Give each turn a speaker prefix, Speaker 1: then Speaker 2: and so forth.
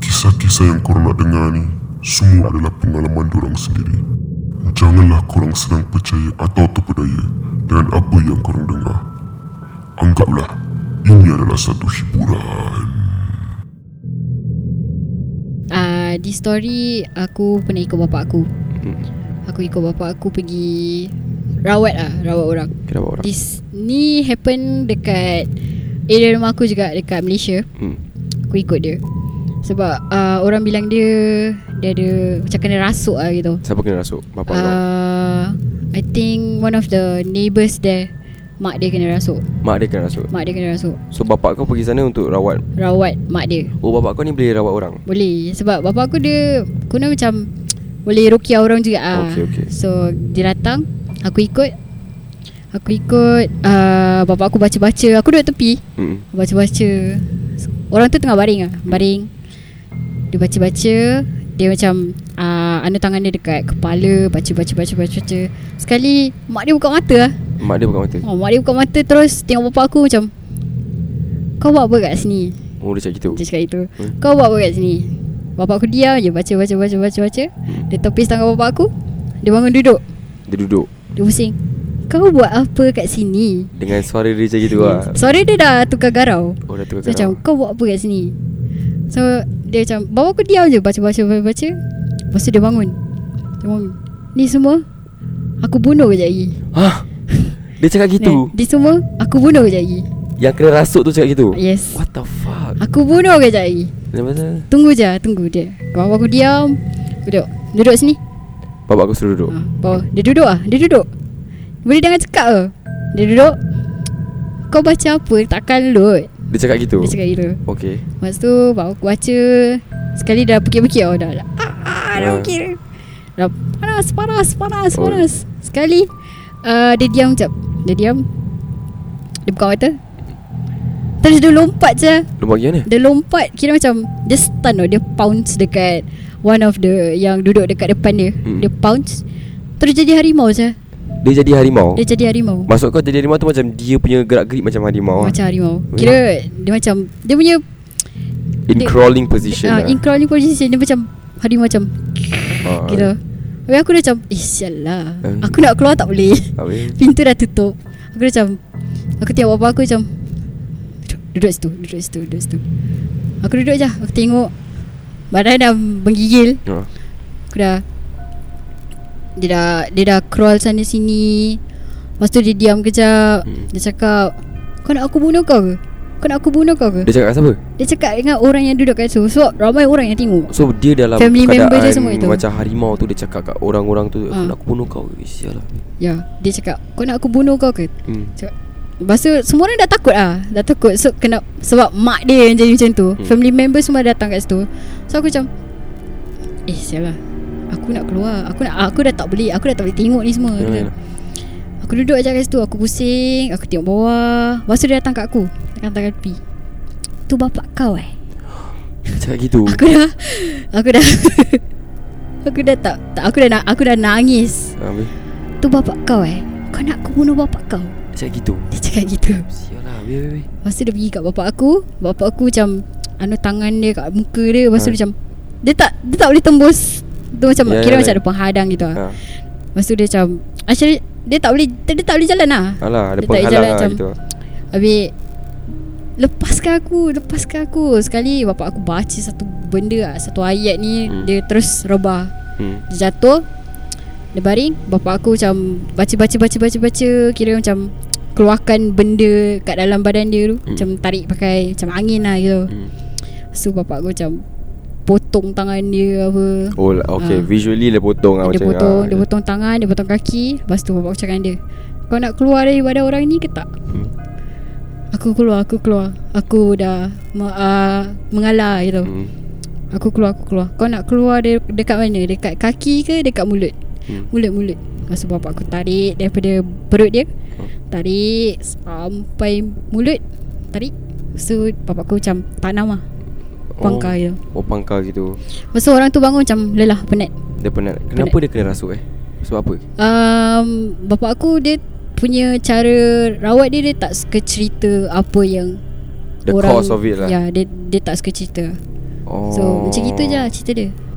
Speaker 1: kisah yang korang nak dengar ni semua adalah pengalaman dorang sendiri. Janganlah korang senang percaya atau terpedaya dengan apa yang korang dengar. Anggaplah ini adalah satu hiburan.
Speaker 2: Ah, di story aku pernah ikut bapak aku.
Speaker 3: Hmm.
Speaker 2: Aku ikut bapak aku pergi rawat ah, rawat orang.
Speaker 3: Kira bawa orang
Speaker 2: This ni happen dekat area rumah aku juga dekat Malaysia.
Speaker 3: hmm.
Speaker 2: Aku ikut dia. Sebab uh, orang bilang dia dia ada macam kena rasuk lah gitu.
Speaker 3: Siapa kena rasuk? Bapak uh,
Speaker 2: Uh, I think one of the neighbours there mak dia kena rasuk.
Speaker 3: Mak dia kena rasuk
Speaker 2: Mak dia kena rasuk.
Speaker 3: So bapak kau pergi sana untuk rawat
Speaker 2: Rawat mak dia.
Speaker 3: Oh bapak kau ni boleh rawat orang
Speaker 2: Boleh Sebab bapa aku dia Kuna macam Boleh rukia orang juga ah.
Speaker 3: Okey, okey.
Speaker 2: So dia datang Aku ikut Aku ikut uh, Bapa aku baca-baca Aku duduk tepi
Speaker 3: hmm.
Speaker 2: Baca-baca Orang tu tengah baring ah, Baring Dia baca-baca Dia macam uh, Anu tangan dia dekat kepala Baca-baca-baca-baca Sekali Mak dia buka mata ah.
Speaker 3: Mak dia buka mata
Speaker 2: oh, Mak dia buka mata terus Tengok bapa aku macam Kau buat apa kat sini
Speaker 3: Oh dia cakap gitu
Speaker 2: dia cakap itu
Speaker 3: Hmm.
Speaker 2: Kau buat apa kat sini Bapak aku diam je Baca baca baca baca baca Dia tepis tangan bapak aku Dia bangun duduk
Speaker 3: Dia duduk
Speaker 2: Dia pusing Kau buat apa kat sini
Speaker 3: Dengan suara dia macam gitu lah
Speaker 2: Suara dia dah tukar garau
Speaker 3: Oh dah tukar
Speaker 2: So macam kau buat apa kat sini So dia macam Bapak aku diam je Baca baca baca baca Lepas tu dia bangun Dia bangun Ni semua Aku bunuh kejap lagi Kan?
Speaker 3: Hah? Dia cakap gitu
Speaker 2: Ni semua Aku bunuh kejap lagi
Speaker 3: Yang kena rasuk tu cakap gitu
Speaker 2: Yes
Speaker 3: What the fuck
Speaker 2: Aku bunuh kejap lagi
Speaker 3: Lepas tu
Speaker 2: Tunggu je Tunggu dia Bapak aku diam Duduk Duduk sini
Speaker 3: Bapak aku suruh duduk
Speaker 2: Ha, bawah. Dia duduk ah, dia duduk. Boleh jangan cakap ke? Dia duduk. Kau baca apa? Takkan lut.
Speaker 3: Dia cakap gitu
Speaker 2: Dia cakap gitu.
Speaker 3: Okay
Speaker 2: Lepas tu bawa aku baca. Sekali dah pekik-pekik oh, dah. dah. Ah, ah, dah
Speaker 3: Ah.
Speaker 2: pekik. Dah panas, panas, panas,
Speaker 3: Oh.
Speaker 2: panas. Sekali uh, dia diam jap. Dia diam. Dia buka mata. Terus dia lompat je.
Speaker 3: Lompat pergi mana?
Speaker 2: Dia lompat kira macam Dia stun tau Dia pounce dekat One of the Yang duduk dekat depan dia
Speaker 3: Hmm.
Speaker 2: Dia pounce Terus jadi harimau je
Speaker 3: Dia jadi harimau
Speaker 2: Dia jadi harimau
Speaker 3: Maksud kau jadi harimau tu macam Dia punya gerak-gerik macam harimau lah.
Speaker 2: Macam harimau
Speaker 3: ya.
Speaker 2: Kira Dia macam Dia punya
Speaker 3: In
Speaker 2: dia-
Speaker 3: crawling position
Speaker 2: uh,
Speaker 3: lah
Speaker 2: In crawling position Dia macam Harimau macam
Speaker 3: Ah,
Speaker 2: Gitu Habis aku dah macam Eh sial lah
Speaker 3: Eh.
Speaker 2: Aku nak keluar tak boleh
Speaker 3: Habis
Speaker 2: Pintu dah tutup Aku dah macam Aku tengok bapa aku macam "Duduk- Duduk situ Duduk situ Duduk situ Aku duduk je Aku tengok Badan dah menggigil
Speaker 3: Ah.
Speaker 2: Aku dah Dia dah Dia dah crawl sana sini Lepas tu dia diam kejap
Speaker 3: Hmm.
Speaker 2: Dia cakap Kau nak aku bunuh kau ke? Kau nak aku bunuh kau ke?
Speaker 3: Dia cakap kat siapa?
Speaker 2: Dia cakap dengan orang yang duduk kat situ Sebab ramai orang yang tengok
Speaker 3: So dia dalam
Speaker 2: Family
Speaker 3: keadaan
Speaker 2: member dia semua itu.
Speaker 3: Macam harimau tu Dia cakap kat orang-orang tu Aku
Speaker 2: Ah.
Speaker 3: nak bunuh kau Eh, Sial lah
Speaker 2: Ya Dia cakap Kau nak aku bunuh kau ke?
Speaker 3: hmm.
Speaker 2: Cakap Lepas tu semua orang dah takut ah, Dah takut so, kena, Sebab mak dia yang jadi macam tu
Speaker 3: Hmm.
Speaker 2: hmm. Family member semua datang kat situ So aku macam Eh sial lah Aku nak keluar Aku nak aku dah tak boleh Aku dah tak boleh tengok ni semua Oh,
Speaker 3: Ya,
Speaker 2: Dia-
Speaker 3: ya.
Speaker 2: Aku duduk je kat situ Aku pusing Aku tengok bawah Lepas tu dia datang kat aku Dia Datang kat tepi Tu bapak kau eh
Speaker 3: Dia Cakap gitu
Speaker 2: Aku dah Aku dah Aku dah tak, tak Aku dah na- aku dah nangis
Speaker 3: Ah, Habis
Speaker 2: Tu bapak kau eh Kau nak aku bunuh bapak kau
Speaker 3: Dia cakap gitu
Speaker 2: Dia cakap gitu
Speaker 3: Sial lah Habis habis, habis
Speaker 2: Lepas tu dia pergi kat bapak aku Bapak aku macam Anu tangan dia kat muka dia Lepas tu
Speaker 3: Ha.
Speaker 2: dia macam Dia tak Dia tak boleh tembus Tu macam
Speaker 3: Ya,
Speaker 2: Kira
Speaker 3: ya,
Speaker 2: macam
Speaker 3: ya.
Speaker 2: ada penghadang gitu lah
Speaker 3: ha.
Speaker 2: Lepas tu dia macam Actually Dia tak boleh Dia tak boleh jalan lah
Speaker 3: Alah ada
Speaker 2: Dia tak
Speaker 3: penghalang
Speaker 2: jalan
Speaker 3: lah
Speaker 2: macam-
Speaker 3: gitu
Speaker 2: Habis Lepaskan aku Lepaskan aku Sekali bapak aku baca satu benda lah, Satu ayat ni
Speaker 3: Hmm.
Speaker 2: hmm. Dia terus rebah
Speaker 3: hmm.
Speaker 2: Dia jatuh Dia baring Bapak aku macam Baca-baca-baca-baca-baca Kira macam Keluarkan benda Kat dalam badan dia tu
Speaker 3: Hmm.
Speaker 2: hmm. Macam tarik pakai Macam angin lah gitu
Speaker 3: Hmm.
Speaker 2: So bapak aku macam Potong tangan dia apa
Speaker 3: Oh lah,
Speaker 2: Ah.
Speaker 3: okay Visually dia potong lah
Speaker 2: dia
Speaker 3: macam
Speaker 2: potong
Speaker 3: ah.
Speaker 2: Dia potong tangan Dia potong kaki Lepas tu bapak aku cakap dengan dia Kau nak keluar daripada orang ni ke tak?
Speaker 3: Hmm.
Speaker 2: Aku keluar Aku keluar Aku dah me- uh, Mengalah gitu
Speaker 3: hmm.
Speaker 2: Aku keluar Aku keluar Kau nak keluar de- dekat mana? Dekat kaki ke? Dekat mulut?
Speaker 3: Hmm.
Speaker 2: Mulut-mulut Lepas tu bapak aku tarik Daripada perut dia
Speaker 3: Hmm.
Speaker 2: Tarik Sampai mulut Tarik So bapak aku macam Tanam lah Pangkar
Speaker 3: oh.
Speaker 2: dia
Speaker 3: oh pangkar gitu
Speaker 2: Lepas tu orang tu bangun macam Lelah penat
Speaker 3: Dia penat Kenapa dia kena rasuk eh Sebab apa
Speaker 2: um, Bapak aku dia punya cara rawat dia dia tak suka cerita apa yang
Speaker 3: The
Speaker 2: orang,
Speaker 3: cause of it lah
Speaker 2: Ya, dia dia tak suka cerita.
Speaker 3: Oh.
Speaker 2: So macam gitu je lah cerita dia